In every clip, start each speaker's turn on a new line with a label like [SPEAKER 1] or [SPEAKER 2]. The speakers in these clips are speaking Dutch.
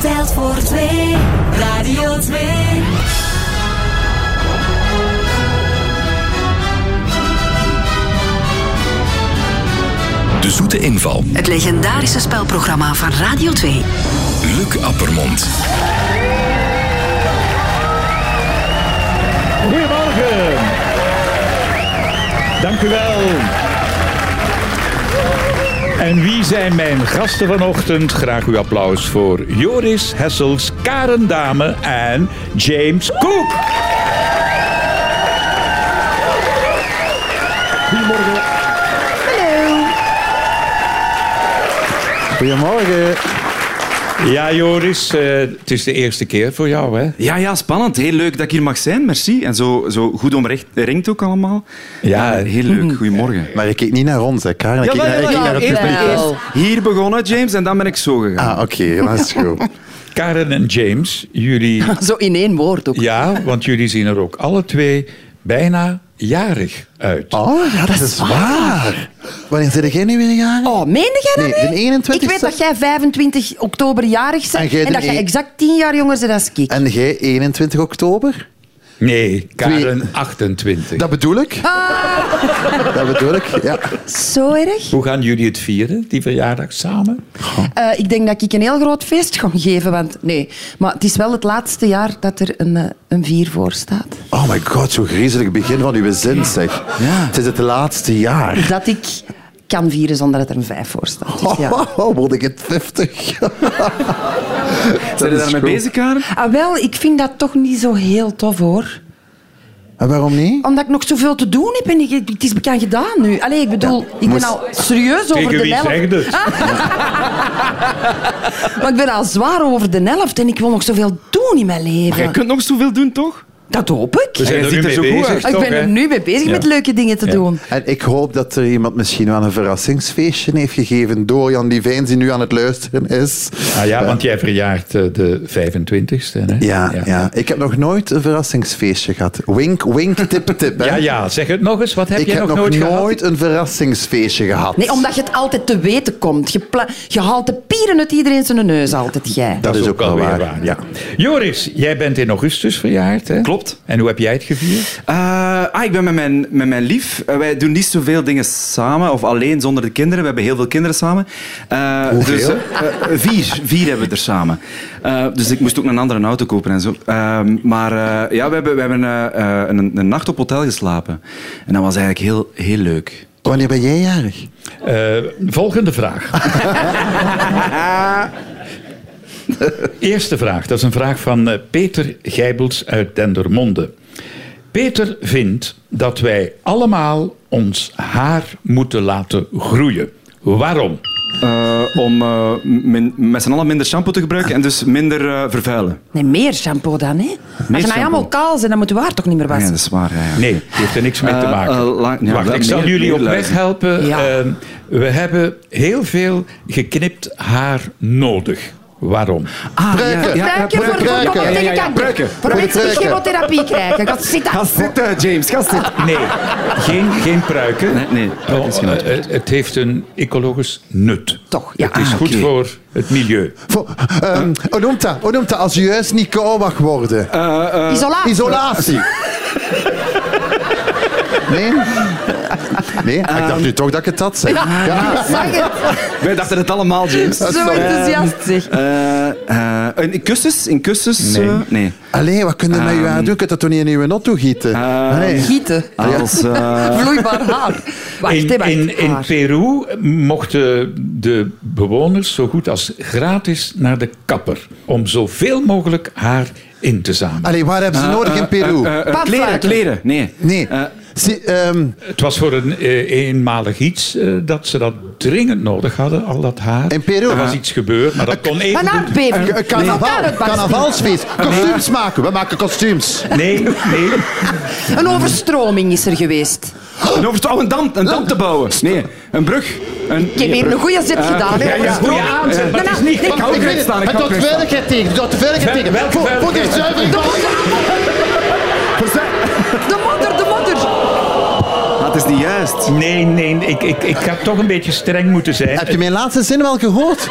[SPEAKER 1] telt voor twee. Radio 2.
[SPEAKER 2] De zoete inval.
[SPEAKER 3] Het legendarische spelprogramma van Radio 2.
[SPEAKER 2] Luc Appermond.
[SPEAKER 4] Goedemorgen. Dank u wel. En wie zijn mijn gasten vanochtend? Graag uw applaus voor Joris Hessels, Karen Dame en James Cook.
[SPEAKER 5] Goedemorgen. Goedemorgen.
[SPEAKER 4] Ja, Joris, eh, het is de eerste keer voor jou, hè?
[SPEAKER 5] Ja, ja, spannend. Heel leuk dat ik hier mag zijn. Merci. En zo, zo goed omringd ook allemaal.
[SPEAKER 4] Ja.
[SPEAKER 5] heel leuk. Goedemorgen.
[SPEAKER 6] Maar je keek niet naar ons, hè, Karen. Je keek naar, ik keek naar het publiek.
[SPEAKER 5] Hier begonnen, James, en dan ben ik zo gegaan.
[SPEAKER 6] Ah, oké, dat is goed.
[SPEAKER 4] Karen en James, jullie...
[SPEAKER 7] Zo in één woord ook.
[SPEAKER 4] Ja, want jullie zien er ook alle twee bijna jarig uit.
[SPEAKER 6] Oh, ja, dat, is waar. Wanneer zit jij nu weer jaren?
[SPEAKER 7] Oh, meende jij dat
[SPEAKER 6] Nee, de
[SPEAKER 7] nu?
[SPEAKER 6] 21ste.
[SPEAKER 7] Ik weet dat jij 25 oktober jarig
[SPEAKER 6] En
[SPEAKER 7] bent
[SPEAKER 6] jij
[SPEAKER 7] en,
[SPEAKER 6] de
[SPEAKER 7] dat jij
[SPEAKER 6] e-
[SPEAKER 7] exact 10 jaar jonger bent dan ik.
[SPEAKER 6] En jij 21 oktober?
[SPEAKER 4] Nee, Karen 28.
[SPEAKER 6] Dat bedoel ik.
[SPEAKER 7] Ah.
[SPEAKER 6] Dat bedoel ik, ja.
[SPEAKER 7] Zo erg.
[SPEAKER 4] Hoe gaan jullie het vieren, die verjaardag, samen?
[SPEAKER 7] Eh, ik denk dat ik een heel groot feest ga geven, want nee. Maar het is wel het laatste jaar dat er een, eh, een vier voor staat.
[SPEAKER 6] Oh my god, zo'n griezelig begin van uw zin, zeg. Het is het laatste jaar.
[SPEAKER 7] Dat ik kan vieren zonder dat er een vijf voor staat. Dus ja.
[SPEAKER 6] Oh, word ik het 50?
[SPEAKER 5] Zijn jullie daarmee bezig, Karen?
[SPEAKER 7] Ah, wel, ik vind dat toch niet zo heel tof, hoor.
[SPEAKER 6] En waarom niet?
[SPEAKER 7] Omdat ik nog zoveel te doen heb en ik, het is bekend gedaan nu. Allee, ik bedoel, ik ben
[SPEAKER 6] moest-
[SPEAKER 7] al serieus over de helft.
[SPEAKER 4] het?
[SPEAKER 7] Maar ik ben al zwaar over de helft en ik wil nog zoveel doen in mijn leven.
[SPEAKER 5] Jij kunt nog zoveel doen, toch?
[SPEAKER 7] Dat hoop ik.
[SPEAKER 4] We zijn
[SPEAKER 5] Jij
[SPEAKER 4] er
[SPEAKER 5] ziet
[SPEAKER 4] nu
[SPEAKER 5] er
[SPEAKER 4] mee
[SPEAKER 5] zo goed
[SPEAKER 4] bezig,
[SPEAKER 5] uit.
[SPEAKER 4] toch,
[SPEAKER 7] ik ben
[SPEAKER 4] hè?
[SPEAKER 7] er nu mee bezig
[SPEAKER 4] Ja.
[SPEAKER 7] met leuke dingen te doen.
[SPEAKER 6] En ik hoop dat er iemand misschien wel een verrassingsfeestje heeft gegeven door Jan Divijn, die nu aan het luisteren is.
[SPEAKER 4] Ah ja, want jij verjaart eh, de 25ste, hè?
[SPEAKER 6] Ja, ja. ik heb nog nooit een verrassingsfeestje gehad. Wink, wink, tip, tip. Hè?
[SPEAKER 4] Ja, ja, zeg het nog eens. Wat heb
[SPEAKER 6] Ik
[SPEAKER 4] jij
[SPEAKER 6] heb
[SPEAKER 4] nog,
[SPEAKER 6] nog
[SPEAKER 4] nooit
[SPEAKER 6] nooit,
[SPEAKER 4] gehad?
[SPEAKER 6] een verrassingsfeestje gehad.
[SPEAKER 7] Nee, omdat je het altijd te weten komt. Je, pla- je haalt de pieren uit iedereen zijn neus altijd, jij.
[SPEAKER 6] dat, is ook wel
[SPEAKER 4] alweer
[SPEAKER 6] waar.
[SPEAKER 4] ja. Joris, jij bent in augustus verjaard, hè?
[SPEAKER 5] Klopt.
[SPEAKER 4] En hoe heb jij het gevierd?
[SPEAKER 5] Eh, ah, ik ben met mijn, met mijn lief. Eh, wij doen niet zoveel dingen samen of alleen zonder de kinderen. We hebben heel veel kinderen samen. Eh, Dus, eh, eh, vier. Vier hebben we er samen. Eh, dus ik moest ook een andere auto kopen en zo. Eh, maar eh, ja, we hebben, we hebben eh, eh, een, een nacht op hotel geslapen. En dat was eigenlijk heel, heel leuk.
[SPEAKER 6] Wanneer ben jij jarig?
[SPEAKER 4] Eh, volgende vraag. Eerste vraag. Dat is een vraag van eh, Peter Gijbels uit Dendermonde. Peter vindt dat wij allemaal ons haar moeten laten groeien. Waarom?
[SPEAKER 5] Eh, om eh, min- met z'n allen minder shampoo te gebruiken en dus minder eh, vervuilen.
[SPEAKER 7] Nee, meer shampoo dan, hè. Als je nou
[SPEAKER 5] shampoo.
[SPEAKER 7] allemaal kaal zijn, dan moeten we haar toch niet meer
[SPEAKER 5] Ja,
[SPEAKER 7] wassen.
[SPEAKER 5] dat is waar. Ja, ja.
[SPEAKER 4] Nee, het heeft er niks mee te
[SPEAKER 5] Eh,
[SPEAKER 4] maken.
[SPEAKER 5] eh, la- ja,
[SPEAKER 4] Wacht,
[SPEAKER 5] wel
[SPEAKER 4] ik zal
[SPEAKER 5] meer-
[SPEAKER 4] jullie
[SPEAKER 5] meer
[SPEAKER 4] op weg
[SPEAKER 5] luizen.
[SPEAKER 4] helpen.
[SPEAKER 7] Ja.
[SPEAKER 4] Eh, we hebben heel veel geknipt haar nodig. Waarom?
[SPEAKER 5] Ah,
[SPEAKER 6] Pruiken.
[SPEAKER 7] Dank je voor
[SPEAKER 6] pruiken.
[SPEAKER 7] de
[SPEAKER 6] Ja, ja, ja,
[SPEAKER 7] tegen
[SPEAKER 6] ja,
[SPEAKER 7] kanker.
[SPEAKER 6] pruiken.
[SPEAKER 7] Voor mensen die
[SPEAKER 6] Pruiken.
[SPEAKER 7] chemotherapie krijgen. Gaat zitten.
[SPEAKER 5] Ga zitten, James. Ga zitten.
[SPEAKER 4] Nee, geen, geen pruiken.
[SPEAKER 5] Nee, nee, pruiken is geen
[SPEAKER 4] Oh,
[SPEAKER 5] uitkomst.
[SPEAKER 4] eh, het heeft een ecologisch nut.
[SPEAKER 7] Toch, ja.
[SPEAKER 4] Het is
[SPEAKER 7] Ah,
[SPEAKER 4] goed
[SPEAKER 5] oké.
[SPEAKER 4] voor het milieu.
[SPEAKER 6] Voor, ehm, hoe noemt dat? Hoe noemt dat als je juist niet koud mag worden?
[SPEAKER 7] Eh, Isolatie.
[SPEAKER 6] Isolatie. nee? Nee? ik dacht nu toch dat ik het had zei.
[SPEAKER 7] Ja, ik zag het.
[SPEAKER 5] Wij dachten het allemaal, James.
[SPEAKER 7] Zo enthousiast, zeg.
[SPEAKER 5] Eh, eh, in kussens? In kussens?
[SPEAKER 4] Nee.
[SPEAKER 5] eh, nee.
[SPEAKER 6] Allee, wat kun je
[SPEAKER 5] Ehm,
[SPEAKER 6] met je haar doen? Je kunt dat toch niet in je auto gieten? Allee.
[SPEAKER 7] Gieten.
[SPEAKER 5] Als, eh,
[SPEAKER 7] Vloeibaar haar. Wacht,
[SPEAKER 4] in,
[SPEAKER 7] hè, wacht.
[SPEAKER 4] in, in
[SPEAKER 7] Haar.
[SPEAKER 4] Peru mochten de bewoners zo goed als gratis naar de kapper om zoveel mogelijk haar in te zamelen.
[SPEAKER 6] Allee, waar hebben ze nodig in Peru?
[SPEAKER 5] eh, eh, kleren,
[SPEAKER 7] Padfluiten.
[SPEAKER 5] kleren. Nee.
[SPEAKER 6] nee.
[SPEAKER 5] eh,
[SPEAKER 6] Zie, ehm,
[SPEAKER 4] Het was voor een eh, eenmalig iets eh, dat ze dat dringend nodig hadden, al dat haar.
[SPEAKER 6] In Peru?
[SPEAKER 4] Er was iets gebeurd, maar dat kon
[SPEAKER 7] Een
[SPEAKER 4] even...
[SPEAKER 5] eh,
[SPEAKER 7] aardbeving.
[SPEAKER 6] Een carnaval,
[SPEAKER 7] Een
[SPEAKER 6] carnavalsfeest. Kostuums maken. We maken kostuums.
[SPEAKER 4] Nee, nee.
[SPEAKER 7] Een overstroming is er geweest.
[SPEAKER 5] een overst- oh, een dam, een dam te bouwen. Nee, een brug. Een,
[SPEAKER 7] Ik heb hier een goede zet gedaan. hè.
[SPEAKER 4] Ja, ja, goeie aanzet, maar het is niet...
[SPEAKER 6] Wacht, ik weet het.
[SPEAKER 5] staan, ik
[SPEAKER 6] Het
[SPEAKER 5] kan
[SPEAKER 6] doet
[SPEAKER 5] recht staan.
[SPEAKER 6] veiligheid tegen. Het doet veiligheid
[SPEAKER 4] Wel-
[SPEAKER 6] tegen.
[SPEAKER 4] welke
[SPEAKER 6] Voor- Voor die
[SPEAKER 4] veiligheid?
[SPEAKER 6] zuivering.
[SPEAKER 7] De modder, de modder, de modder.
[SPEAKER 5] Ah, het is niet juist.
[SPEAKER 4] Nee, nee, ik, ik, ik ga toch een beetje streng moeten zijn.
[SPEAKER 6] Heb je mijn laatste zin wel gehoord?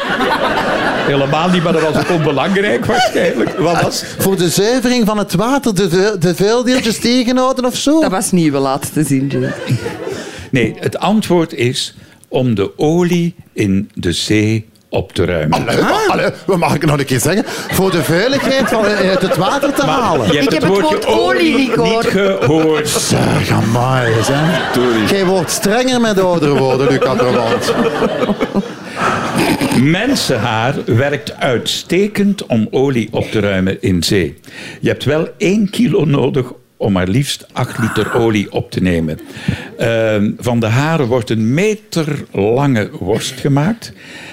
[SPEAKER 4] Helemaal niet, maar dat was ook onbelangrijk waarschijnlijk. Wat was?
[SPEAKER 6] Voor de zuivering van het water, de, vu- de vuildeeltjes tegenhouden of zo.
[SPEAKER 7] Dat was niet, we laten te zien. Jane.
[SPEAKER 4] Nee, het antwoord is om de olie in de zee op te ruimen.
[SPEAKER 6] Allee, maar- allee, wat mag ik nog een keer zeggen? Voor de vuiligheid van eh, uit het water te halen.
[SPEAKER 4] Je hebt
[SPEAKER 7] Ik heb het
[SPEAKER 4] woordje
[SPEAKER 7] woord olie niet gehoord.
[SPEAKER 4] gehoord.
[SPEAKER 6] Zeg, amai, hè. Jij wordt strenger met ouder worden, Luc Appermond.
[SPEAKER 4] Mensenhaar werkt uitstekend om olie op te ruimen in zee. Je hebt wel 1 kilo nodig om maar liefst 8 liter olie op te nemen. Ehm, van de haren wordt een meterlange worst gemaakt.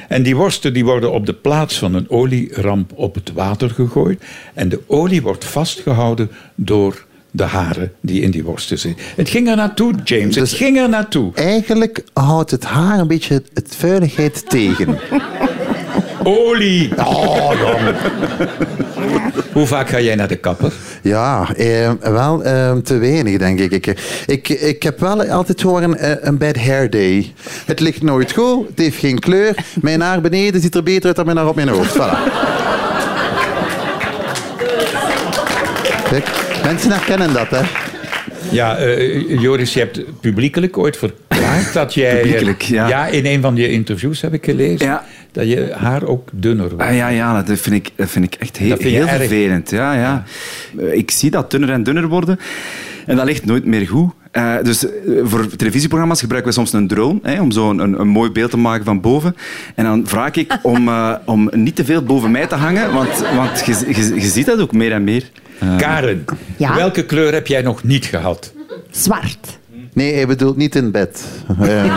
[SPEAKER 4] En die worsten die worden op de plaats van een olieramp op het water gegooid. En de olie wordt vastgehouden door de haren die in die worsten zitten. Het ging er naartoe, James. Het
[SPEAKER 6] Dus-
[SPEAKER 4] ging er naartoe.
[SPEAKER 6] Eigenlijk houdt het haar een beetje het, het vuiligheid tegen.
[SPEAKER 4] Olie! Oh, Hoe vaak ga jij naar de kapper?
[SPEAKER 6] Ja, eh, wel eh, te weinig, denk ik. ik. Ik, ik heb wel altijd horen eh, een bad hair day. Het ligt nooit goed, het heeft geen kleur. Mijn haar beneden ziet er beter uit dan mijn haar op mijn hoofd. Voilà. Kijk, mensen herkennen dat, hè.
[SPEAKER 4] Ja, eh, Joris, je hebt publiekelijk ooit verklaard dat jij... eh,
[SPEAKER 5] Publiekelijk, ja.
[SPEAKER 4] in een van je interviews heb ik gelezen
[SPEAKER 5] Ja.
[SPEAKER 4] dat je haar ook dunner wordt.
[SPEAKER 5] Ah, ja, ja dat, vind ik, dat vind ik echt heel,
[SPEAKER 4] Dat vind je
[SPEAKER 5] heel
[SPEAKER 4] erg.
[SPEAKER 5] vervelend. Ja, ja. Eh, Ik zie dat dunner en dunner worden. En dat ligt nooit meer goed. Eh, dus eh, voor televisieprogramma's gebruiken we soms een drone hè, om zo een, een, een mooi beeld te maken van boven. En dan vraag ik om, eh, om niet te veel boven mij te hangen, want, want je, je, je ziet dat ook meer en meer.
[SPEAKER 4] Karen,
[SPEAKER 7] Ja?
[SPEAKER 4] welke kleur heb jij nog niet gehad?
[SPEAKER 7] Zwart.
[SPEAKER 6] Nee, hij bedoelt niet in bed. Eh,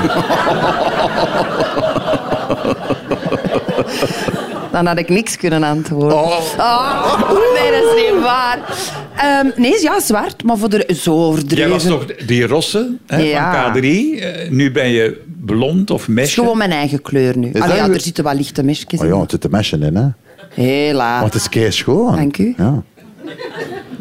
[SPEAKER 7] Dan had ik niks kunnen antwoorden. Oh, nee, dat is niet waar. Ehm, nee, ja, zwart, maar voor de, zo
[SPEAKER 4] Jij
[SPEAKER 7] overdreven.
[SPEAKER 4] was toch die rosse hè,
[SPEAKER 7] Ja.
[SPEAKER 4] van K3? Eh, nu ben je blond of
[SPEAKER 7] Het is
[SPEAKER 4] mesje.
[SPEAKER 7] gewoon mijn eigen kleur nu. Allee,
[SPEAKER 6] dat
[SPEAKER 7] ja,
[SPEAKER 6] je-
[SPEAKER 7] er zitten wel lichte mesjes
[SPEAKER 6] oh ja,
[SPEAKER 7] in.
[SPEAKER 6] het zit te meshen in, hè.
[SPEAKER 7] Helaas.
[SPEAKER 6] Want het is kei schoon.
[SPEAKER 7] Ah. Dank u.
[SPEAKER 6] Ja.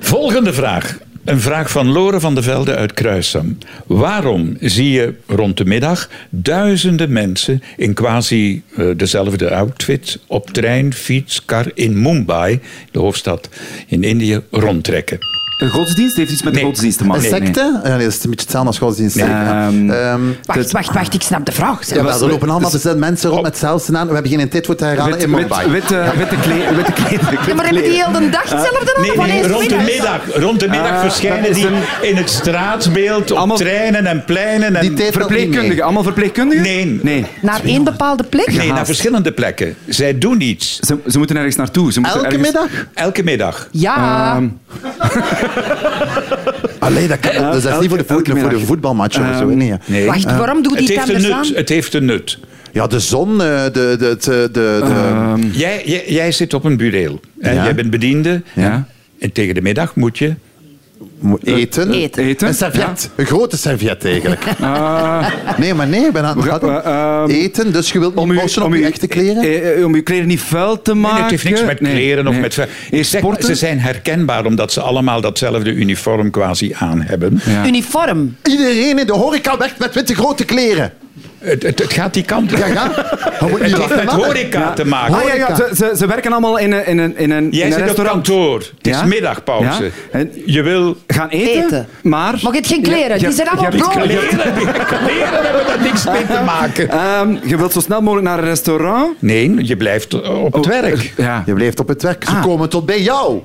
[SPEAKER 4] Volgende vraag. Een vraag van Lore van de Velde uit Kruisem. Waarom zie je rond de middag duizenden mensen in quasi eh, dezelfde outfit op trein, fiets, kar in Mumbai, de hoofdstad in Indië, rondtrekken?
[SPEAKER 5] Een godsdienst heeft iets met de
[SPEAKER 4] Nee.
[SPEAKER 5] godsdienst te maken.
[SPEAKER 6] Een
[SPEAKER 5] Nee, nee.
[SPEAKER 6] secte? Ja, nee, dat is een beetje hetzelfde als godsdienst. Ja.
[SPEAKER 5] Ehm,
[SPEAKER 6] Ehm,
[SPEAKER 7] Wacht, wacht, wacht, ik snap de vraag. zeg.
[SPEAKER 6] ja, wel, er lopen allemaal dezelfde mensen rond met hetzelfde aan. We hebben geen tijd voor te herhalen
[SPEAKER 5] Wit-
[SPEAKER 6] in
[SPEAKER 5] wit-
[SPEAKER 6] Mumbai.
[SPEAKER 5] Witte witte kle- witte kleden.
[SPEAKER 7] Ja, maar hebben die heel de dag hetzelfde aan?
[SPEAKER 4] Nee,
[SPEAKER 7] Of alleen
[SPEAKER 4] nee, rond de
[SPEAKER 7] smiddags?
[SPEAKER 4] middag, rond de middag
[SPEAKER 5] Ah,
[SPEAKER 4] verschijnen
[SPEAKER 5] dat is
[SPEAKER 4] die
[SPEAKER 5] een-
[SPEAKER 4] in het straatbeeld op
[SPEAKER 5] Allemaal-
[SPEAKER 4] treinen en pleinen. En...
[SPEAKER 6] Die tijd telt niet mee.
[SPEAKER 5] Verpleegkundigen, allemaal verpleegkundigen?
[SPEAKER 4] Nee.
[SPEAKER 5] nee.
[SPEAKER 7] Naar één bepaalde plek?
[SPEAKER 4] Nee, naar verschillende plekken. Zij doen iets.
[SPEAKER 5] Ze, ze moeten ergens naartoe. Ze moeten
[SPEAKER 6] Elke
[SPEAKER 5] ergens...
[SPEAKER 6] middag?
[SPEAKER 4] Elke middag.
[SPEAKER 7] Ja.
[SPEAKER 5] Ehm,
[SPEAKER 6] Allee, dat, kan,
[SPEAKER 5] Ja,
[SPEAKER 6] dus dat is niet voor de,
[SPEAKER 5] elke-
[SPEAKER 6] voet,
[SPEAKER 5] elke
[SPEAKER 6] voor de
[SPEAKER 5] middag.
[SPEAKER 6] voetbalmatch of zo.
[SPEAKER 5] Ehm,
[SPEAKER 6] Nee.
[SPEAKER 4] Nee. Eh,
[SPEAKER 7] Wacht, waarom doe
[SPEAKER 4] het
[SPEAKER 7] die
[SPEAKER 4] heeft
[SPEAKER 7] het
[SPEAKER 4] een
[SPEAKER 7] anders
[SPEAKER 4] nut.
[SPEAKER 7] aan?
[SPEAKER 4] Het heeft een nut.
[SPEAKER 6] Ja, de zon, eh, de, de, de, de, de- Ehm,
[SPEAKER 4] Jij, jij, jij zit op een bureel. En
[SPEAKER 6] Ja.
[SPEAKER 4] jij bent bediende.
[SPEAKER 5] Ja.
[SPEAKER 4] En tegen de middag moet je...
[SPEAKER 6] mo- eten.
[SPEAKER 7] Eten.
[SPEAKER 5] Eten.
[SPEAKER 6] Een serviet. Een grote serviet eigenlijk. Nee, maar nee, ik ben aan het
[SPEAKER 5] We gaan-
[SPEAKER 6] Ah. gaan-
[SPEAKER 5] eh, ehm,
[SPEAKER 6] eten, dus je wilt niet morsen op je echte kleren.
[SPEAKER 5] eh, eh, om uw kleren niet vuil te maken.
[SPEAKER 4] Nee, het heeft niks met
[SPEAKER 5] Nee,
[SPEAKER 4] kleren of
[SPEAKER 5] nee.
[SPEAKER 4] met... ver- Ik
[SPEAKER 5] Eerst
[SPEAKER 4] zeg,
[SPEAKER 5] sporten.
[SPEAKER 4] ze zijn herkenbaar omdat ze allemaal datzelfde uniform quasi aan hebben.
[SPEAKER 5] Ja.
[SPEAKER 7] Uniform.
[SPEAKER 6] eh- Iedereen in de horeca werkt met witte grote kleren.
[SPEAKER 4] Het, het, het gaat die kant op.
[SPEAKER 6] Ja, ja. Je moet niet
[SPEAKER 4] Het heeft
[SPEAKER 6] lachen,
[SPEAKER 4] met
[SPEAKER 6] mannen.
[SPEAKER 4] horeca te maken.
[SPEAKER 5] Ah, ja, ja, ze, ze, ze werken allemaal in een, in een, in een,
[SPEAKER 4] Jij
[SPEAKER 5] in een
[SPEAKER 4] zit op
[SPEAKER 5] restaurant.
[SPEAKER 4] kantoor. Het is
[SPEAKER 5] Ja?
[SPEAKER 4] middagpauze.
[SPEAKER 5] Ja. En-
[SPEAKER 4] Je wil...
[SPEAKER 5] Gaan eten,
[SPEAKER 7] Eten.
[SPEAKER 5] maar...
[SPEAKER 7] Maar je hebt geen kleren, die
[SPEAKER 5] je-
[SPEAKER 7] zijn allemaal
[SPEAKER 5] je hebt-
[SPEAKER 7] brood.
[SPEAKER 5] je hebt-
[SPEAKER 4] Kleren, kleren hebben daar niks mee te maken.
[SPEAKER 5] Ehm, je wilt zo snel mogelijk naar een restaurant. eh,
[SPEAKER 4] Nee, je blijft op
[SPEAKER 5] Oh.
[SPEAKER 4] het werk.
[SPEAKER 5] Ja.
[SPEAKER 6] Je blijft op het werk. Ze
[SPEAKER 5] Ah.
[SPEAKER 6] komen tot bij jou.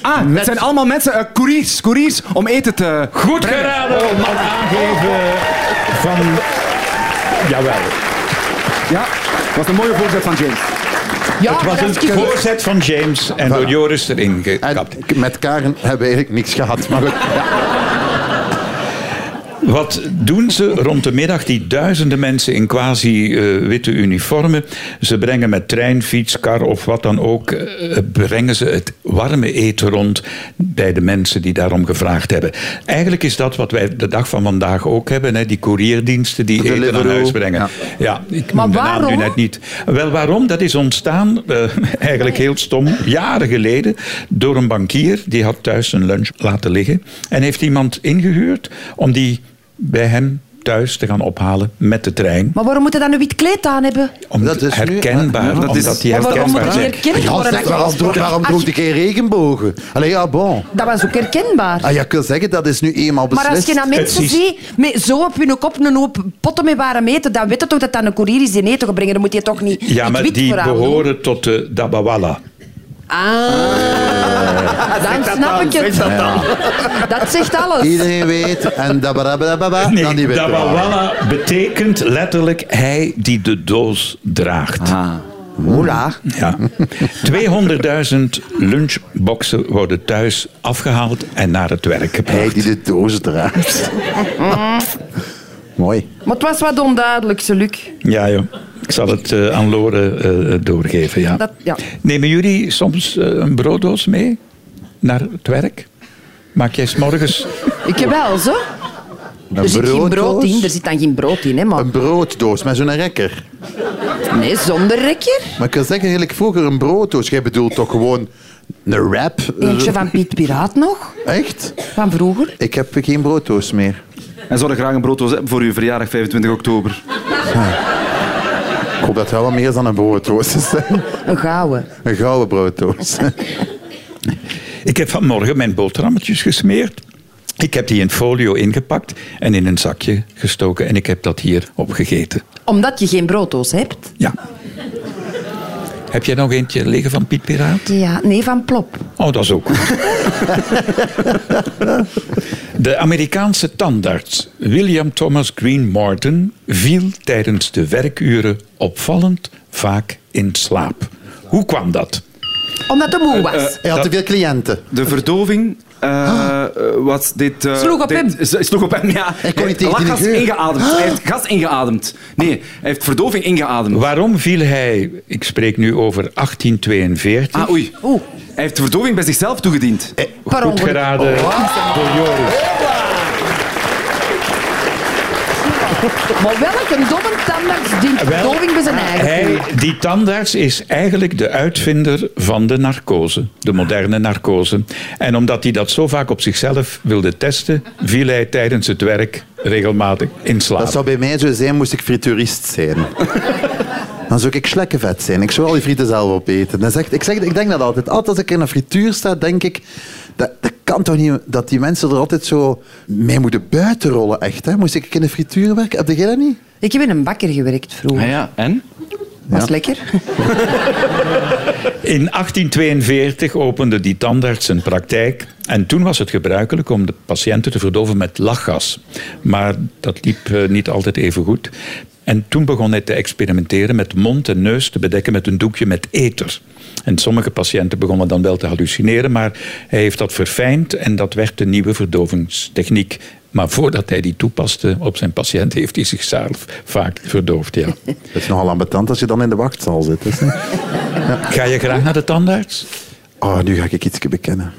[SPEAKER 5] Ah, het zijn allemaal mensen, eh, couriers, couriers, om eten te...
[SPEAKER 4] Goed geraden,
[SPEAKER 5] Oh,
[SPEAKER 4] man aangeven van... Jawel.
[SPEAKER 5] Ja, dat was een mooie voorzet van James.
[SPEAKER 7] Ja,
[SPEAKER 4] Het was
[SPEAKER 7] dat is-
[SPEAKER 4] een voorzet van James en door Joris erin
[SPEAKER 6] En
[SPEAKER 4] gekapt.
[SPEAKER 6] met Karen hebben we eigenlijk niks gehad. Maar goed.
[SPEAKER 4] Wat doen ze rond de middag, die duizenden mensen in quasi-witte uniformen? Ze brengen met trein, fiets, kar of wat dan ook... eh, brengen ze het warme eten rond bij de mensen die daarom gevraagd hebben. Eigenlijk is dat wat wij de dag van vandaag ook hebben. Hè? Die courierdiensten die eten aan
[SPEAKER 6] Deliveroo.
[SPEAKER 4] huis brengen. Ja, ik
[SPEAKER 7] Maar
[SPEAKER 4] noem de naam nu
[SPEAKER 7] waarom?
[SPEAKER 4] net niet. Wel, waarom? Dat is ontstaan, eh, eigenlijk heel stom, jaren geleden, door een bankier. Die had thuis zijn lunch laten liggen. En heeft iemand ingehuurd om die bij hem thuis te gaan ophalen met de trein.
[SPEAKER 7] Maar waarom moet je dan een wit kleed aan hebben?
[SPEAKER 4] Om
[SPEAKER 6] Dat is nu-
[SPEAKER 4] herkenbaar,
[SPEAKER 5] dat is-
[SPEAKER 4] omdat die
[SPEAKER 7] Maar waarom moet
[SPEAKER 4] herkenbaar
[SPEAKER 7] het
[SPEAKER 4] zijn.
[SPEAKER 7] herkend
[SPEAKER 6] Ja,
[SPEAKER 7] worden?
[SPEAKER 6] zeg, waarom, droeg, waarom droeg ik geen regenbogen? Allee, ja, bon.
[SPEAKER 7] Dat was ook herkenbaar.
[SPEAKER 6] Ah, ja, ik wil zeggen, dat is nu eenmaal
[SPEAKER 7] Maar
[SPEAKER 6] beslist.
[SPEAKER 7] als je naar mensen
[SPEAKER 4] Precies.
[SPEAKER 7] ziet, met zo op hun kop een hoop potten met ware meten, dan weet je toch dat dat een koerier is die nee toch brengen. Dan moet je toch niet
[SPEAKER 4] Ja,
[SPEAKER 7] het
[SPEAKER 4] maar
[SPEAKER 7] wit
[SPEAKER 4] die
[SPEAKER 7] voor aan doen.
[SPEAKER 4] behoren tot de Dabawala.
[SPEAKER 7] Ah, dan snap ik het. Dat zegt alles.
[SPEAKER 6] Iedereen weet, en dabarabababa, dan nou, die witte waren.
[SPEAKER 4] Dabawala betekent letterlijk hij die de doos draagt.
[SPEAKER 6] Ah. Hoera.
[SPEAKER 4] Ja. 200.000 lunchboxen worden thuis afgehaald en naar het werk
[SPEAKER 6] Hij
[SPEAKER 4] gebracht.
[SPEAKER 6] die de doos draagt. Mooi.
[SPEAKER 7] Maar het was wat onduidelijk, ze Luc.
[SPEAKER 4] Ja, joh. Ik zal het eh, aan Lore eh, doorgeven. Ja.
[SPEAKER 7] Dat- ja.
[SPEAKER 4] Nemen jullie soms eh, een brooddoos mee naar het werk? Maak jij 's morgens?
[SPEAKER 7] Ik heb wel, zo.
[SPEAKER 6] Een
[SPEAKER 7] Er zit geen Dus brood dus-
[SPEAKER 6] brooddoos,
[SPEAKER 7] in. Er zit dan geen brood in, hè, maar...
[SPEAKER 6] Een brooddoos met zo'n rekker.
[SPEAKER 7] Nee, zonder rekje.
[SPEAKER 6] Maar ik wil zeggen, eigenlijk vroeger een brooddoos. Jij bedoelt toch gewoon een wrap? Eh,
[SPEAKER 7] Eentje van Piet Piraat nog,
[SPEAKER 6] Echt?
[SPEAKER 7] van vroeger.
[SPEAKER 6] Ik heb geen brooddoos meer.
[SPEAKER 5] En zou er graag een brooddoos hebben voor uw verjaardag 25 oktober.
[SPEAKER 6] Ik hoop dat het wel wat meer is dan een brooddoos is. hè.
[SPEAKER 7] Een gouden.
[SPEAKER 6] Een gouden brooddoos.
[SPEAKER 4] Ik heb vanmorgen mijn boterhammetjes gesmeerd. Ik heb die in folio ingepakt en in een zakje gestoken. En ik heb dat hier opgegeten.
[SPEAKER 7] Omdat je geen brooddoos hebt.
[SPEAKER 4] Ja. Heb jij nog eentje liggen van Piet Piraat?
[SPEAKER 7] Ja, nee, van plop.
[SPEAKER 4] Oh, dat is ook goed. de Amerikaanse tandarts William Thomas Green Morton viel tijdens de werkuren opvallend vaak in slaap. Hoe kwam dat?
[SPEAKER 7] Omdat het
[SPEAKER 4] Eh,
[SPEAKER 7] moe was.
[SPEAKER 6] Hij had te veel cliënten.
[SPEAKER 5] De verdoving. eh, eh, wat dit, eh,
[SPEAKER 7] Sloeg op
[SPEAKER 5] dit-
[SPEAKER 7] hem.
[SPEAKER 5] s- Sloeg op hem, ja. Hij
[SPEAKER 6] kon niet tegen
[SPEAKER 5] heeft
[SPEAKER 6] die
[SPEAKER 5] lachgas
[SPEAKER 6] geur.
[SPEAKER 5] ingeademd. Hij heeft gas ingeademd. Nee, hij heeft verdoving ingeademd.
[SPEAKER 4] Waarom viel hij, ik spreek nu over 1842,
[SPEAKER 5] Ah, oei.
[SPEAKER 7] Oeh.
[SPEAKER 5] Hij heeft verdoving bij zichzelf toegediend.
[SPEAKER 7] per
[SPEAKER 4] goed
[SPEAKER 7] ongeluk.
[SPEAKER 4] geraden
[SPEAKER 7] Oh,
[SPEAKER 4] door Joris.
[SPEAKER 7] Maar welk een domme tandarts dient
[SPEAKER 4] Wel, ah,
[SPEAKER 7] verdoving bij zijn eigen
[SPEAKER 4] Hij,
[SPEAKER 7] koe.
[SPEAKER 4] die tandarts is eigenlijk de uitvinder van de narcose, de moderne narcose. En omdat hij dat zo vaak op zichzelf wilde testen, viel hij tijdens het werk regelmatig in slaap.
[SPEAKER 6] Dat zou bij mij zo zijn, moest ik frituurist zijn. Dan zou ik slekkenvet zijn. Ik zou al die frieten zelf opeten. Dat is echt- ik, zeg, ik denk dat altijd. Altijd als ik in een frituur sta, denk ik... Dat, dat kan toch niet... Dat die mensen er altijd zo mee moeten buitenrollen, echt. Hè? Moest ik in de frituur werken? Heb jij dat niet?
[SPEAKER 7] Ik heb in een bakker gewerkt vroeger.
[SPEAKER 5] ja. En?
[SPEAKER 7] Was lekker.
[SPEAKER 4] In 1842 opende die tandarts zijn praktijk. En toen was het gebruikelijk om de patiënten te verdoven met lachgas. Maar dat liep eh, niet altijd even goed. En toen begon hij te experimenteren met mond en neus te bedekken met een doekje met ether. En sommige patiënten begonnen dan wel te hallucineren, maar hij heeft dat verfijnd en dat werd de nieuwe verdovingstechniek. Maar voordat hij die toepaste op zijn patiënt, heeft hij zichzelf vaak verdoofd. Ja.
[SPEAKER 6] Dat is nogal ambetant als je dan in de wachtzaal zit. Is, hè?
[SPEAKER 4] Ga je graag naar de tandarts?
[SPEAKER 6] Oh, nu ga ik iets bekennen.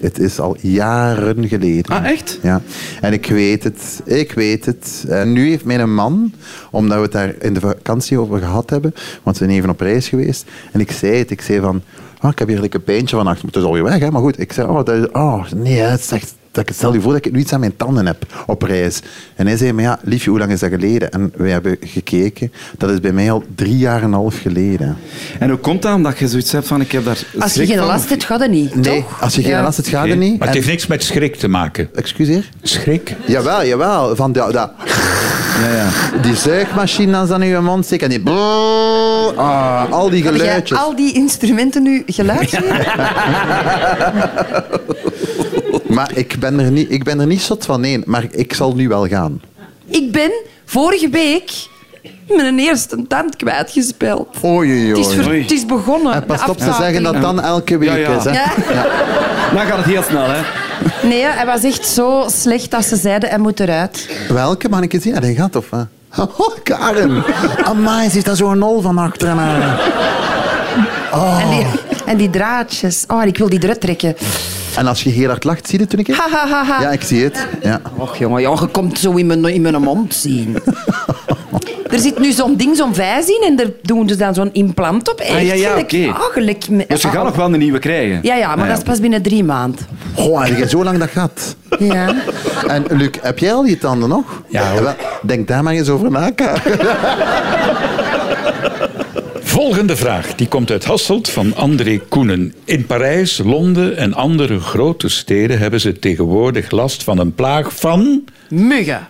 [SPEAKER 6] Het is al jaren geleden.
[SPEAKER 5] Ah, echt?
[SPEAKER 6] Ja. En ik weet het. Ik weet het. En nu heeft mijn man, omdat we het daar in de vakantie over gehad hebben, want we zijn even op reis geweest, en ik zei het. Ik zei van, oh, ik heb hier lekker een pijntje vannacht. Het is alweer weg, hè? maar goed. Ik zei, oh, dat is- oh nee, hè, het is echt... Dat ik, stel je voor dat ik nu iets aan mijn tanden heb op reis. En hij zei, maar ja, liefje, hoe lang is dat geleden? En we hebben gekeken. Dat is bij mij al drie jaar en een half geleden.
[SPEAKER 5] En hoe komt dat? Omdat je zoiets hebt van, ik heb daar
[SPEAKER 7] Als je
[SPEAKER 5] schrik
[SPEAKER 7] geen
[SPEAKER 5] van?
[SPEAKER 7] last hebt, gaat het niet,
[SPEAKER 6] Nee,
[SPEAKER 7] toch?
[SPEAKER 6] als je geen
[SPEAKER 7] Ja.
[SPEAKER 6] last hebt, gaat het niet.
[SPEAKER 4] Maar het
[SPEAKER 6] En-
[SPEAKER 4] heeft niks met schrik te maken.
[SPEAKER 6] Excuseer?
[SPEAKER 4] Schrik?
[SPEAKER 6] Jawel, jawel. Van de, dat-
[SPEAKER 5] Ja, ja.
[SPEAKER 6] die zuigmachine als aan uw mond steekt en die... brrrr, ah, al die
[SPEAKER 7] Heb jij
[SPEAKER 6] geluidjes.
[SPEAKER 7] al die instrumenten nu geluid hier?
[SPEAKER 6] Maar ik ben, er niet, ik ben er niet zot van, nee. Maar ik zal nu wel gaan.
[SPEAKER 7] Ik ben vorige week mijn eerste tand kwijtgespeeld.
[SPEAKER 6] Oei, oei,
[SPEAKER 7] Het is, ver-
[SPEAKER 5] Oei.
[SPEAKER 7] het is begonnen.
[SPEAKER 6] En pas
[SPEAKER 7] de
[SPEAKER 6] op, ze zeggen dat dan elke week
[SPEAKER 5] Ja, ja.
[SPEAKER 6] is. Hè?
[SPEAKER 7] Ja.
[SPEAKER 5] Dan Nou gaat het heel snel, hè.
[SPEAKER 7] Nee, hij was echt zo slecht dat ze zeiden hij moet eruit.
[SPEAKER 6] Welke mag ik eens zien? Ah, die gaat of wat? Oh, Karen. Amai, ze heeft daar zo'n nol van achteren aan.
[SPEAKER 7] En, die, en die draadjes. Oh, ik wil die eruit trekken.
[SPEAKER 6] En als je Gerard lacht, zie je het toen ik
[SPEAKER 7] Ha, ha, ha, ha.
[SPEAKER 6] Ja, ik zie het. Ja.
[SPEAKER 7] Och jongen, ja, je komt zo in mijn, in mijn mond zien. er zit nu zo'n ding, zo'n vijs in en daar doen ze dan zo'n implant op. Echt,
[SPEAKER 5] ja, ja,
[SPEAKER 7] gelijk-
[SPEAKER 5] oké.
[SPEAKER 7] ah, gelijk me-
[SPEAKER 5] Dus je gaat
[SPEAKER 7] ah,
[SPEAKER 5] nog wel een nieuwe krijgen.
[SPEAKER 7] Ja, ja, maar
[SPEAKER 5] Ah,
[SPEAKER 7] dat is pas binnen drie maanden.
[SPEAKER 6] Goh, en je hebt zo lang dat gehad.
[SPEAKER 7] Ja.
[SPEAKER 6] En Luc, heb jij al je tanden nog? Eh,
[SPEAKER 4] Ja, hoor.
[SPEAKER 6] Wel, Denk daar maar eens over na, Karel.
[SPEAKER 4] Volgende vraag, die komt uit Hasselt van André Koenen. In Parijs, Londen en andere grote steden hebben ze tegenwoordig last van een plaag van
[SPEAKER 7] Muggen.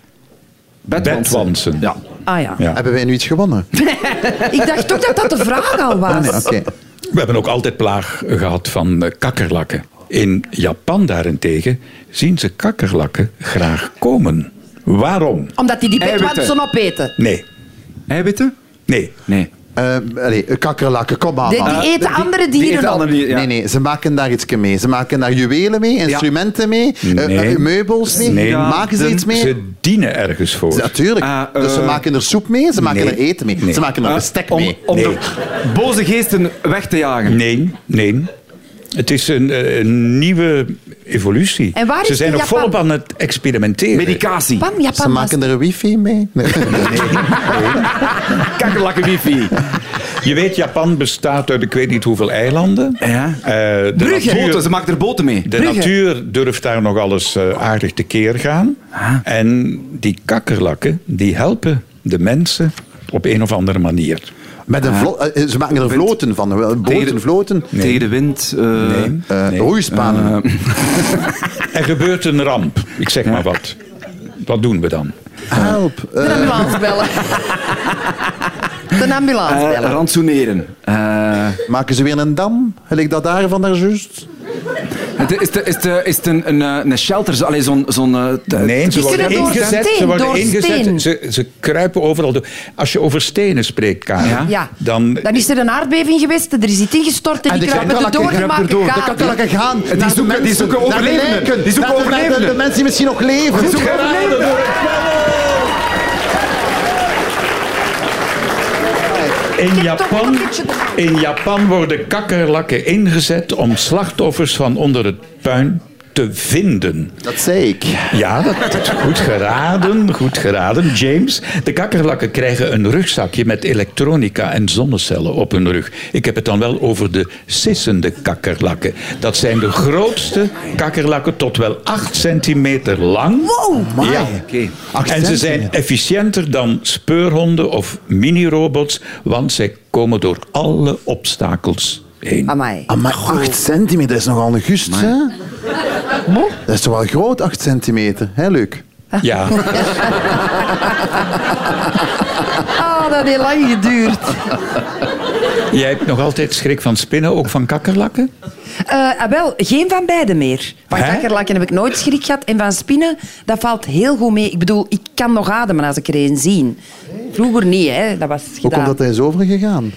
[SPEAKER 4] bedwansen.
[SPEAKER 5] Ja.
[SPEAKER 7] Ah ja.
[SPEAKER 4] Ja.
[SPEAKER 6] Hebben wij nu iets gewonnen? Ah,
[SPEAKER 7] Ik dacht toch dat dat de vraag
[SPEAKER 5] Ah,
[SPEAKER 7] al was.
[SPEAKER 6] Nee, oké.
[SPEAKER 4] We hebben ook altijd plaag gehad van eh, kakkerlakken. In Japan daarentegen zien ze kakkerlakken graag komen. Waarom?
[SPEAKER 7] Omdat die die
[SPEAKER 5] Eiwitten.
[SPEAKER 7] bedwansen opeten.
[SPEAKER 4] Nee,
[SPEAKER 5] Eiwitten?
[SPEAKER 4] nee.
[SPEAKER 5] Nee.
[SPEAKER 6] Eh, allee, kakkerlakken, kom
[SPEAKER 5] Ah,
[SPEAKER 6] maar.
[SPEAKER 7] Die,
[SPEAKER 6] man.
[SPEAKER 7] die eten andere dieren
[SPEAKER 5] eten
[SPEAKER 7] op.
[SPEAKER 5] andere dieren, ja.
[SPEAKER 6] Nee, nee, ze maken daar iets mee. Ze maken daar juwelen mee, instrumenten mee, eh,
[SPEAKER 4] Nee.
[SPEAKER 6] eh, meubels mee.
[SPEAKER 4] Nee.
[SPEAKER 6] Maken ze iets mee?
[SPEAKER 4] Ze dienen ergens voor.
[SPEAKER 6] Natuurlijk.
[SPEAKER 5] Ah,
[SPEAKER 6] dus ze
[SPEAKER 5] eh,
[SPEAKER 6] maken er soep mee, ze maken
[SPEAKER 4] nee.
[SPEAKER 6] er eten mee,
[SPEAKER 4] Nee.
[SPEAKER 6] ze maken er
[SPEAKER 5] Eh,
[SPEAKER 6] bestek
[SPEAKER 5] om,
[SPEAKER 6] mee.
[SPEAKER 5] Om
[SPEAKER 4] Nee.
[SPEAKER 5] de boze geesten weg te jagen.
[SPEAKER 4] Nee, nee. Het is een, eh, een nieuwe evolutie.
[SPEAKER 7] En waar is
[SPEAKER 4] ze zijn
[SPEAKER 7] die
[SPEAKER 4] nog
[SPEAKER 7] Japan?
[SPEAKER 4] volop aan het experimenteren.
[SPEAKER 5] Medicatie.
[SPEAKER 7] Japan, Japan
[SPEAKER 6] Ze maken er wifi mee. Nee.
[SPEAKER 5] Kakkerlakken wifi.
[SPEAKER 4] Je weet, Japan bestaat uit ik weet niet hoeveel eilanden.
[SPEAKER 5] Ja.
[SPEAKER 4] Eh, de
[SPEAKER 5] Bruggen.
[SPEAKER 4] natuur-
[SPEAKER 5] Boten, ze maken er boten mee.
[SPEAKER 4] De natuur durft daar nog alles eh, aardig tekeer gaan.
[SPEAKER 5] Ah.
[SPEAKER 4] En die kakkerlakken, die helpen de mensen op een of andere manier.
[SPEAKER 6] Met een vlo- eh, ze maken er vloten van. eh, Boten,
[SPEAKER 5] Tegen-
[SPEAKER 6] vloten.
[SPEAKER 5] Tegen de wind. eh,
[SPEAKER 4] Nee.
[SPEAKER 6] Eh,
[SPEAKER 4] nee.
[SPEAKER 6] Roeispanen.
[SPEAKER 4] Er gebeurt een ramp, ik zeg maar wat. Wat doen we dan?
[SPEAKER 6] Help. Eh,
[SPEAKER 7] De ambulance bellen. De ambulance
[SPEAKER 5] eh,
[SPEAKER 7] bellen.
[SPEAKER 5] rantsoeneren. Eh,
[SPEAKER 6] maken ze weer een dam? Gelijk dat daar van daar juist?
[SPEAKER 5] het is de, is de, is de een, een, eh, een shelter? zo- Allee, zo'n... zo'n eh, te-
[SPEAKER 4] Nee, ze
[SPEAKER 7] Die
[SPEAKER 4] worden
[SPEAKER 7] kunnen door
[SPEAKER 4] ingezet.
[SPEAKER 7] steen,
[SPEAKER 4] Ze, worden
[SPEAKER 7] door
[SPEAKER 4] ingezet
[SPEAKER 7] steen.
[SPEAKER 4] ze, ze kruipen overal door. Als je over stenen spreekt, Karel,
[SPEAKER 6] Ah,
[SPEAKER 5] Ja.
[SPEAKER 7] Ja.
[SPEAKER 4] dan...
[SPEAKER 7] Dan is er een aardbeving geweest, er is iets ingestort
[SPEAKER 6] Ah,
[SPEAKER 7] en, die kruipen erdoor en
[SPEAKER 6] kruipen
[SPEAKER 7] maken
[SPEAKER 6] erdoor. De
[SPEAKER 7] gaten.
[SPEAKER 6] kakkerlakken gaan. naar de
[SPEAKER 5] zoeken- die
[SPEAKER 6] mensen,
[SPEAKER 5] zoeken
[SPEAKER 6] naar de
[SPEAKER 5] overlevenden.
[SPEAKER 6] lijken,
[SPEAKER 5] Die zoeken
[SPEAKER 6] naar de- naar de-
[SPEAKER 5] overlevenden.
[SPEAKER 6] De mensen die misschien nog leven.
[SPEAKER 4] In
[SPEAKER 7] heb toch
[SPEAKER 4] Japan,
[SPEAKER 7] nog een beetje de-
[SPEAKER 4] in Japan worden kakkerlakken ingezet om slachtoffers van onder het puin te vinden.
[SPEAKER 6] Dat zei ik.
[SPEAKER 4] Ja, dat, dat- goed geraden, goed geraden, James. De kakkerlakken krijgen een rugzakje met elektronica en zonnecellen op hun rug. Ik heb het dan wel over de sissende kakkerlakken. Dat zijn de grootste kakkerlakken, tot wel 8 centimeter lang.
[SPEAKER 6] Wow, my.
[SPEAKER 4] Ja.
[SPEAKER 5] Oké.
[SPEAKER 6] Acht
[SPEAKER 4] En ze
[SPEAKER 6] cent.
[SPEAKER 4] zijn efficiënter dan speurhonden of mini-robots, want zij komen door alle obstakels heen.
[SPEAKER 7] Amai.
[SPEAKER 6] Ah, maar 8 centimeter dat is nogal een gust, hè? Dat is toch wel groot, 8 centimeter, hè, leuk?
[SPEAKER 4] Ja,
[SPEAKER 7] Ah, dat heeft lang geduurd.
[SPEAKER 4] jij hebt nog altijd schrik van spinnen, ook van kakkerlakken?
[SPEAKER 7] Eh, ah, wel, geen van beide meer. Van
[SPEAKER 4] Hè?
[SPEAKER 7] kakkerlakken heb ik nooit schrik gehad. En van spinnen, dat valt heel goed mee. Ik bedoel, ik kan nog ademen als ik er een zie. Vroeger niet, hè. Dat was
[SPEAKER 6] Hoe
[SPEAKER 7] gedaan.
[SPEAKER 6] komt dat er is overgegaan?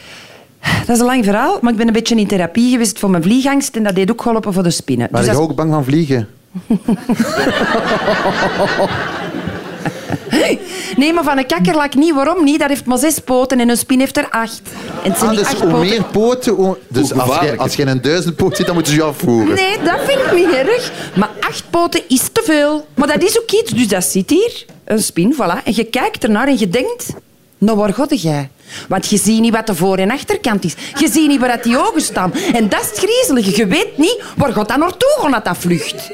[SPEAKER 7] Dus Dat is een lang verhaal, maar ik ben een beetje in therapie geweest voor mijn vliegangst. En dat deed ook geholpen voor de spinnen.
[SPEAKER 6] Maar
[SPEAKER 7] Dus
[SPEAKER 6] ik
[SPEAKER 7] dat is-
[SPEAKER 6] ook bang van vliegen.
[SPEAKER 7] Nee, maar van een kakkerlak niet. Waarom niet? Dat heeft maar zes poten en een spin heeft er acht. En het zijn
[SPEAKER 6] Ah,
[SPEAKER 7] niet
[SPEAKER 6] dus
[SPEAKER 7] acht
[SPEAKER 6] hoe
[SPEAKER 7] poten.
[SPEAKER 6] meer poten... Hoe... Dus als jij,
[SPEAKER 5] gevaarlijker.
[SPEAKER 6] als jij in een duizendpoot zit, dan moeten ze je afvoeren.
[SPEAKER 7] Nee, dat vind ik niet erg. Maar acht poten is te veel. Maar dat is ook iets. Dus dat zit hier, een spin, voilà. En je kijkt ernaar en je denkt... Nou, waar godde jij? Want je ziet niet wat de voor- en achterkant is. Je ziet niet waar dat die ogen staan. En dat is het griezelige. Je weet niet waar God dat naartoe gaat dat dat vlucht.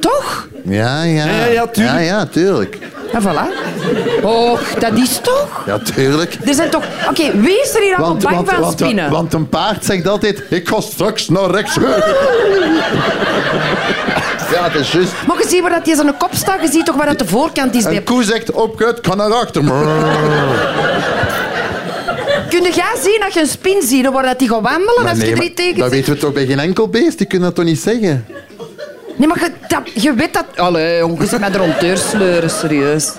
[SPEAKER 7] Toch?
[SPEAKER 6] Ja, ja.
[SPEAKER 5] Ja, ja,
[SPEAKER 6] Ja,
[SPEAKER 5] tuurlijk.
[SPEAKER 6] ja, tuurlijk.
[SPEAKER 7] En voilà. Och, dat is toch...
[SPEAKER 6] Ja, tuurlijk.
[SPEAKER 7] Er zijn toch... Oké, wie is er hier allemaal bang van
[SPEAKER 6] want,
[SPEAKER 7] spinnen?
[SPEAKER 6] want een paard zegt altijd, ik ga straks naar rechts. ja, dat is juist.
[SPEAKER 7] Maar je ziet waar dat die zijn kop staat, je ziet toch waar dat de voorkant is.
[SPEAKER 6] Een
[SPEAKER 7] bij-
[SPEAKER 6] koe zegt, opgeut, kan naar achter.
[SPEAKER 7] Kun jij zien dat je een spin ziet waar dat die gaat wandelen als je er niet tegen
[SPEAKER 6] dat
[SPEAKER 7] zit?
[SPEAKER 6] weten we toch bij geen enkel beest? Die kunnen dat toch niet zeggen?
[SPEAKER 7] Nee, maar je, dat, je weet dat... Allee, jongen, je zit met rondeur sleuren, serieus.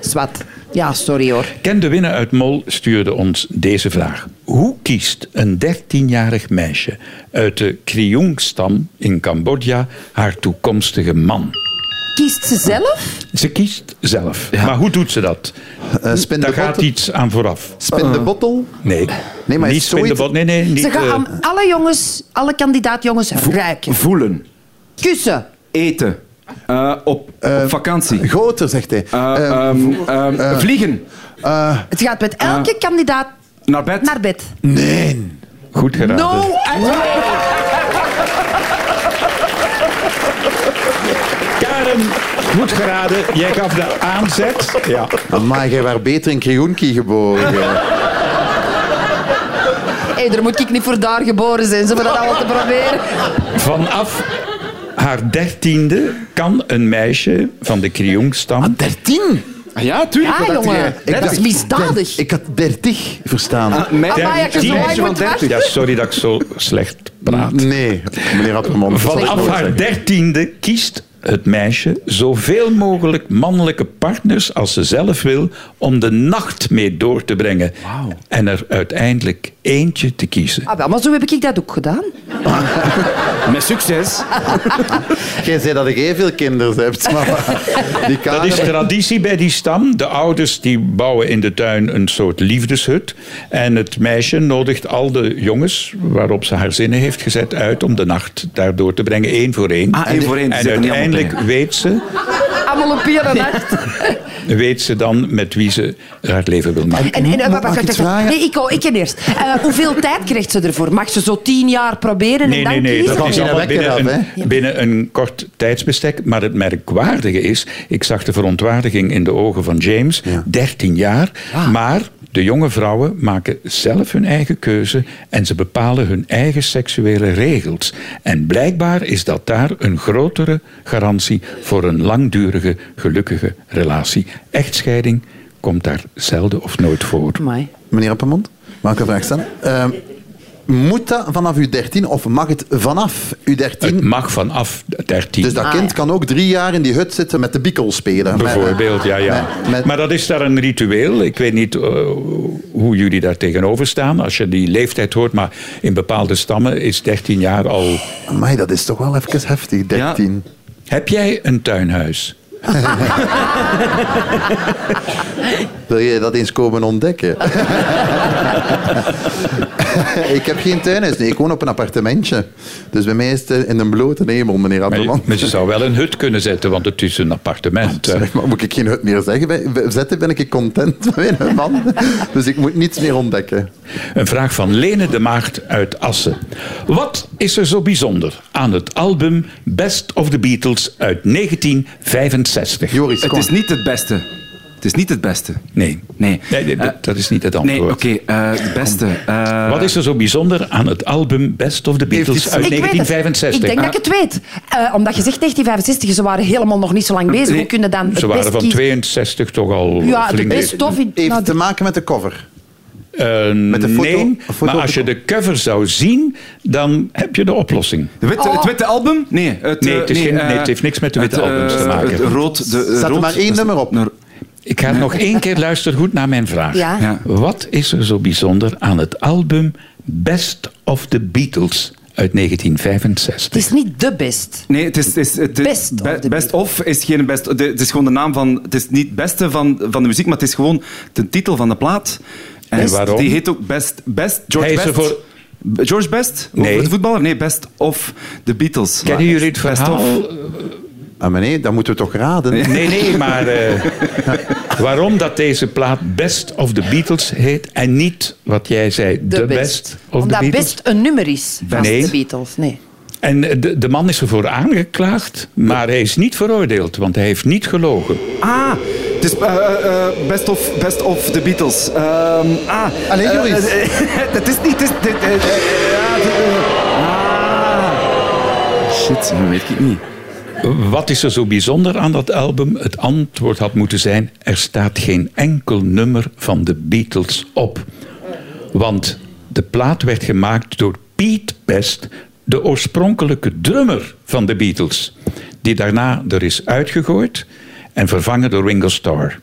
[SPEAKER 7] Zwat. Ja, sorry hoor.
[SPEAKER 4] Ken de Winne uit Mol stuurde ons deze vraag. Hoe kiest een 13-jarig meisje uit de Kriung-stam in Cambodja haar toekomstige man?
[SPEAKER 7] Kiest ze zelf?
[SPEAKER 4] Ze kiest zelf. Maar hoe doet ze dat?
[SPEAKER 6] Eh, spin de
[SPEAKER 4] Daar gaat
[SPEAKER 6] bottel.
[SPEAKER 4] iets aan vooraf.
[SPEAKER 6] Spin de bottel.
[SPEAKER 4] Nee.
[SPEAKER 6] Nee, maar
[SPEAKER 4] niet
[SPEAKER 6] het is zoiets-
[SPEAKER 4] spindebot- Nee, nee. Niet,
[SPEAKER 7] Ze gaan
[SPEAKER 4] eh,
[SPEAKER 7] aan alle jongens, alle kandidaatjongens ruiken.
[SPEAKER 5] Voelen.
[SPEAKER 7] Kussen.
[SPEAKER 5] Eten. Eh, op, op vakantie.
[SPEAKER 6] Groter, zegt hij.
[SPEAKER 5] Eh,
[SPEAKER 6] Eh,
[SPEAKER 5] ehm, ehm,
[SPEAKER 4] eh.
[SPEAKER 5] vliegen.
[SPEAKER 7] Het gaat met elke kandidaat
[SPEAKER 5] Naar bed.
[SPEAKER 7] naar bed. Nou,
[SPEAKER 6] nee.
[SPEAKER 7] eh,
[SPEAKER 4] Goed geraden.
[SPEAKER 7] No! uit-
[SPEAKER 4] Karen, goed geraden. Jij gaf de aanzet. Ja.
[SPEAKER 6] Maar jij werd beter in Krioenki
[SPEAKER 7] Ah,
[SPEAKER 6] geboren. jij.
[SPEAKER 7] Hé, daar moet ik niet voor daar geboren zijn, ze maar dat allemaal te proberen.
[SPEAKER 4] Vanaf haar dertiende kan een meisje van de Kriongstam...
[SPEAKER 6] Dertien?
[SPEAKER 5] Ah, ja, tuurlijk.
[SPEAKER 7] Ah,
[SPEAKER 5] wat dacht
[SPEAKER 7] jongen.
[SPEAKER 5] jij?
[SPEAKER 7] Dat is
[SPEAKER 6] dacht-
[SPEAKER 7] misdadig.
[SPEAKER 6] der- Ik had dertig verstaan.
[SPEAKER 5] Ah, mij-
[SPEAKER 7] Amai, ik heb
[SPEAKER 5] Tien
[SPEAKER 7] zo'n
[SPEAKER 5] meisje
[SPEAKER 7] lang
[SPEAKER 5] van 30.
[SPEAKER 7] moeten
[SPEAKER 4] Ja, sorry dat ik zo slecht praat.
[SPEAKER 6] Nee, meneer Appermond.
[SPEAKER 4] Vanaf haar dertiende kiest het meisje zoveel mogelijk mannelijke partners als ze zelf wil om de nacht mee door te brengen. En er uiteindelijk eentje te kiezen.
[SPEAKER 7] Ah, wel, maar zo heb ik dat ook gedaan.
[SPEAKER 5] Met succes.
[SPEAKER 6] Jij zei dat ik heel veel kinderen heb. Maar die
[SPEAKER 4] Dat
[SPEAKER 6] kader...
[SPEAKER 4] is traditie bij die stam. De ouders die bouwen in de tuin een soort liefdeshut. En het meisje nodigt al de jongens waarop ze haar zinnen heeft gezet uit om de nacht daardoor te brengen, één voor één.
[SPEAKER 5] Ah, één voor één. Ze
[SPEAKER 4] En
[SPEAKER 5] zitten niet allemaal
[SPEAKER 4] uiteindelijk
[SPEAKER 5] tegen.
[SPEAKER 4] weet ze,
[SPEAKER 7] Allemaal op één nacht.
[SPEAKER 4] weet ze dan met wie ze haar leven wil maken.
[SPEAKER 7] En, en, eh, wacht,
[SPEAKER 6] Mag ik
[SPEAKER 7] wacht,
[SPEAKER 6] iets
[SPEAKER 7] wacht.
[SPEAKER 6] vragen?
[SPEAKER 7] Nee, ik, hou- ik ken eerst. Eh, hoeveel tijd krijgt ze ervoor? Mag ze zo tien jaar proberen en
[SPEAKER 4] Nee,
[SPEAKER 7] dan
[SPEAKER 4] nee, nee,
[SPEAKER 7] kiezen?
[SPEAKER 4] dat is
[SPEAKER 6] Van
[SPEAKER 4] allemaal
[SPEAKER 6] Ina Wekker
[SPEAKER 4] binnen
[SPEAKER 6] af,
[SPEAKER 4] een, binnen een kort tijdsbestek. Maar het merkwaardige is, ik zag de verontwaardiging in de ogen van James, 13 jaar.
[SPEAKER 7] Ah.
[SPEAKER 4] Maar de jonge vrouwen maken zelf hun eigen keuze en ze bepalen hun eigen seksuele regels. En blijkbaar is dat daar een grotere garantie voor een langdurige, gelukkige relatie. Echtscheiding komt daar zelden of nooit voor.
[SPEAKER 7] Amai.
[SPEAKER 6] Meneer Appermond, mag ik een vraag stellen? Ehm, moet dat vanaf uw dertien of mag het vanaf uw
[SPEAKER 4] Het
[SPEAKER 6] dertien?
[SPEAKER 4] mag vanaf 13.
[SPEAKER 6] Dus dat
[SPEAKER 7] Ah,
[SPEAKER 6] kind
[SPEAKER 7] ja.
[SPEAKER 6] kan ook drie jaar in die hut zitten met de bikkel spelen.
[SPEAKER 4] Bijvoorbeeld, ja, ja.
[SPEAKER 6] met- met-
[SPEAKER 4] Maar dat is daar een ritueel. Ik weet niet eh, hoe jullie daar tegenover staan als je die leeftijd hoort. Maar in bepaalde stammen is 13 jaar al.
[SPEAKER 6] Maar dat is toch wel even heftig, dertien.
[SPEAKER 4] Heb jij een tuinhuis?
[SPEAKER 6] Wil je dat eens komen ontdekken? ik heb geen tuinhuis, nee. Ik woon op een appartementje. Dus bij mij is het eh, in een blote hemel, meneer
[SPEAKER 4] Maar je,
[SPEAKER 6] Appermond.
[SPEAKER 4] maar je zou wel een hut kunnen zetten, want het is een appartement.
[SPEAKER 6] Zeg maar, moet ik geen hut meer zeggen? Bij- bij- Zetten ben ik content met mijn man. Dus ik moet niets meer ontdekken.
[SPEAKER 4] Eh, Een vraag van Lene de Maagd uit Assen. Wat is er zo bijzonder aan het album Best of the Beatles uit 1965?
[SPEAKER 6] Joris,
[SPEAKER 5] Het
[SPEAKER 6] kom.
[SPEAKER 5] is niet het beste. Het is niet het beste.
[SPEAKER 4] Nee,
[SPEAKER 5] Nee.
[SPEAKER 4] nee
[SPEAKER 6] Eh,
[SPEAKER 4] dat, dat is niet het antwoord.
[SPEAKER 5] Nee, oké. eh, het beste. Eh,
[SPEAKER 4] Wat is er zo bijzonder aan het album Best of the Beatles
[SPEAKER 6] Heeft iets-
[SPEAKER 4] uit Ah,
[SPEAKER 7] Ik weet het.
[SPEAKER 4] 1965?
[SPEAKER 7] Ik denk dat ik het weet. Eh, omdat je zegt 1965, ze waren helemaal nog niet zo lang bezig.
[SPEAKER 5] Nee,
[SPEAKER 7] Hoe kunnen dan het
[SPEAKER 4] Ze waren
[SPEAKER 7] best
[SPEAKER 4] van
[SPEAKER 7] kiezen?
[SPEAKER 4] 62 toch al
[SPEAKER 7] Ja, de
[SPEAKER 4] flink
[SPEAKER 7] best of... in-
[SPEAKER 6] Heeft
[SPEAKER 7] nou,
[SPEAKER 6] te maken met de cover.
[SPEAKER 4] Eh,
[SPEAKER 6] de foto-
[SPEAKER 4] nee,
[SPEAKER 6] foto
[SPEAKER 4] maar
[SPEAKER 6] op
[SPEAKER 4] als
[SPEAKER 6] de
[SPEAKER 4] je de cover zou zien, dan heb je de oplossing.
[SPEAKER 5] de witte, Het witte album? Nee. Het,
[SPEAKER 4] Nee,
[SPEAKER 5] eh,
[SPEAKER 4] het is geen-
[SPEAKER 5] eh,
[SPEAKER 4] nee, het heeft niks met de witte
[SPEAKER 5] eh,
[SPEAKER 4] albums te maken.
[SPEAKER 5] Het rood... De, eh,
[SPEAKER 6] Zet er
[SPEAKER 5] rood-
[SPEAKER 6] maar één nummer op.
[SPEAKER 5] Naar-
[SPEAKER 4] Ik ga nog één keer luisteren goed naar mijn vraag.
[SPEAKER 7] Ja.
[SPEAKER 5] Ja.
[SPEAKER 4] Wat is er zo bijzonder aan het album Best of the Beatles uit 1965?
[SPEAKER 7] het is niet de best.
[SPEAKER 5] Nee, het is... het is het, is-
[SPEAKER 7] Best of
[SPEAKER 5] be-
[SPEAKER 7] de
[SPEAKER 5] best of is geen best... de- het is gewoon de naam van... Het is niet het beste van, van de muziek, maar het is gewoon de titel van de plaat. En
[SPEAKER 4] En waarom?
[SPEAKER 5] Die heet ook Best... Best George
[SPEAKER 4] Hij is
[SPEAKER 5] Best.
[SPEAKER 4] ervoor-
[SPEAKER 5] B- George Best?
[SPEAKER 4] Nee.
[SPEAKER 5] Over De voetballer? Nee, Best of de Beatles.
[SPEAKER 4] Kennen
[SPEAKER 5] Maar-
[SPEAKER 4] jullie het
[SPEAKER 5] Best of-
[SPEAKER 4] verhaal?
[SPEAKER 6] Ah, maar nee, dat moeten we toch raden?
[SPEAKER 4] Nee, nee, maar eh, waarom dat deze plaat Best of the Beatles heet en niet wat jij zei, de, best. of the
[SPEAKER 7] Omdat
[SPEAKER 4] Beatles?
[SPEAKER 7] best een nummer is van
[SPEAKER 4] Nee.
[SPEAKER 7] de Beatles. Nee.
[SPEAKER 4] En eh, de, de man is ervoor aangeklaagd, maar hij is niet veroordeeld, want hij heeft niet gelogen.
[SPEAKER 5] Ah, het is eh, eh, eh, best, of, best of the Beatles. Ehm, ah,
[SPEAKER 6] Allee, Joris.
[SPEAKER 5] eh, eh, Het is niet. Het is, dit, eh, eh, ja, dit, eh, ah. Shit, dat weet ik niet.
[SPEAKER 4] Wat is er zo bijzonder aan dat album? Het antwoord had moeten zijn: er staat geen enkel nummer van de Beatles op. Want de plaat werd gemaakt door Pete Best, de oorspronkelijke drummer van de Beatles, die daarna er is uitgegooid en vervangen door Ringo Starr.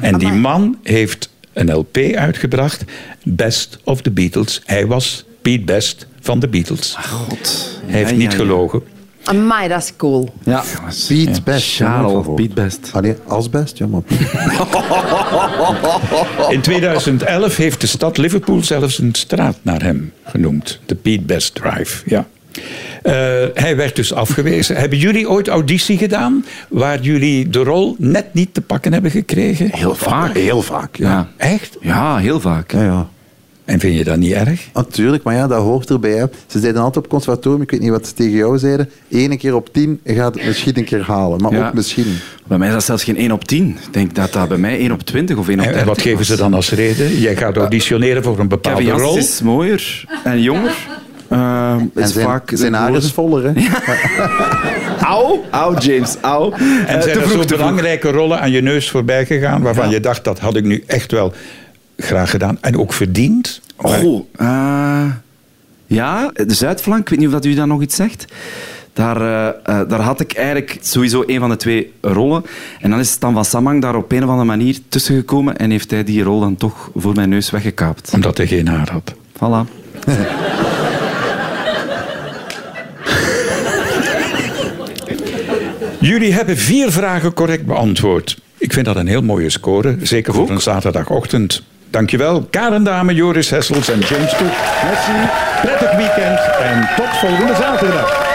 [SPEAKER 4] En die man heeft een LP uitgebracht, Best of the Beatles. Hij was Pete Best van de Beatles.
[SPEAKER 5] God.
[SPEAKER 4] Hij heeft niet gelogen.
[SPEAKER 7] Amai, dat is cool.
[SPEAKER 5] Ah, Ja.
[SPEAKER 6] Piet Best.
[SPEAKER 5] Charles,
[SPEAKER 6] jongen, voor-
[SPEAKER 5] Piet Best.
[SPEAKER 6] Allee, als best, jammer.
[SPEAKER 4] In 2011 heeft de stad Liverpool zelfs een straat naar hem genoemd. De Pete Best Drive, ja. Eh, hij werd dus afgewezen. Hebben jullie ooit auditie gedaan waar jullie de rol net niet te pakken hebben gekregen?
[SPEAKER 5] Heel vaak.
[SPEAKER 6] Heel vaak, ja.
[SPEAKER 5] Ja,
[SPEAKER 4] Echt?
[SPEAKER 5] ja heel vaak.
[SPEAKER 6] Ja, ja.
[SPEAKER 4] En vind je dat niet erg?
[SPEAKER 6] Natuurlijk, maar ja, dat hoort erbij. hè. Ze zeiden altijd op conservatorium, ik weet niet wat ze tegen jou zeiden, Eén keer op tien gaat het misschien een keer halen, maar
[SPEAKER 5] Ja.
[SPEAKER 6] ook misschien.
[SPEAKER 5] Bij mij is dat zelfs geen 1 op 10. Ik denk dat dat bij mij 1 op 20 of 1 op
[SPEAKER 4] En,
[SPEAKER 5] 30
[SPEAKER 4] en wat geven ze dan als reden? Jij gaat auditioneren voor een bepaalde
[SPEAKER 5] Eh, Kevin Janssens
[SPEAKER 4] rol.
[SPEAKER 5] is mooier en jonger. Eh,
[SPEAKER 6] En
[SPEAKER 5] is
[SPEAKER 6] zijn,
[SPEAKER 5] vaak
[SPEAKER 6] zijn haar is voller, hè?
[SPEAKER 5] Auw, auw, James, Eh, auw.
[SPEAKER 4] En zijn er zo belangrijke rollen aan je neus voorbij gegaan waarvan je dacht dat had ik nu echt wel graag gedaan en ook verdiend? Maar-
[SPEAKER 5] Goh, eh, ja, de Zuidflank, ik weet niet of dat u dat nog iets zegt. Daar, eh, eh, daar had ik eigenlijk sowieso een van de twee rollen. En dan is Stan van Samang daar op een of andere manier tussengekomen en heeft hij die rol dan toch voor mijn neus weggekaapt.
[SPEAKER 4] Omdat hij geen haar had.
[SPEAKER 5] Voilà.
[SPEAKER 4] Jullie hebben vier vragen correct beantwoord. Ik vind dat een heel mooie score, zeker voor een zaterdagochtend. Dankjewel, Karen Dame, Joris Hessels en James Koek. Merci, prettig weekend en tot volgende zaterdag.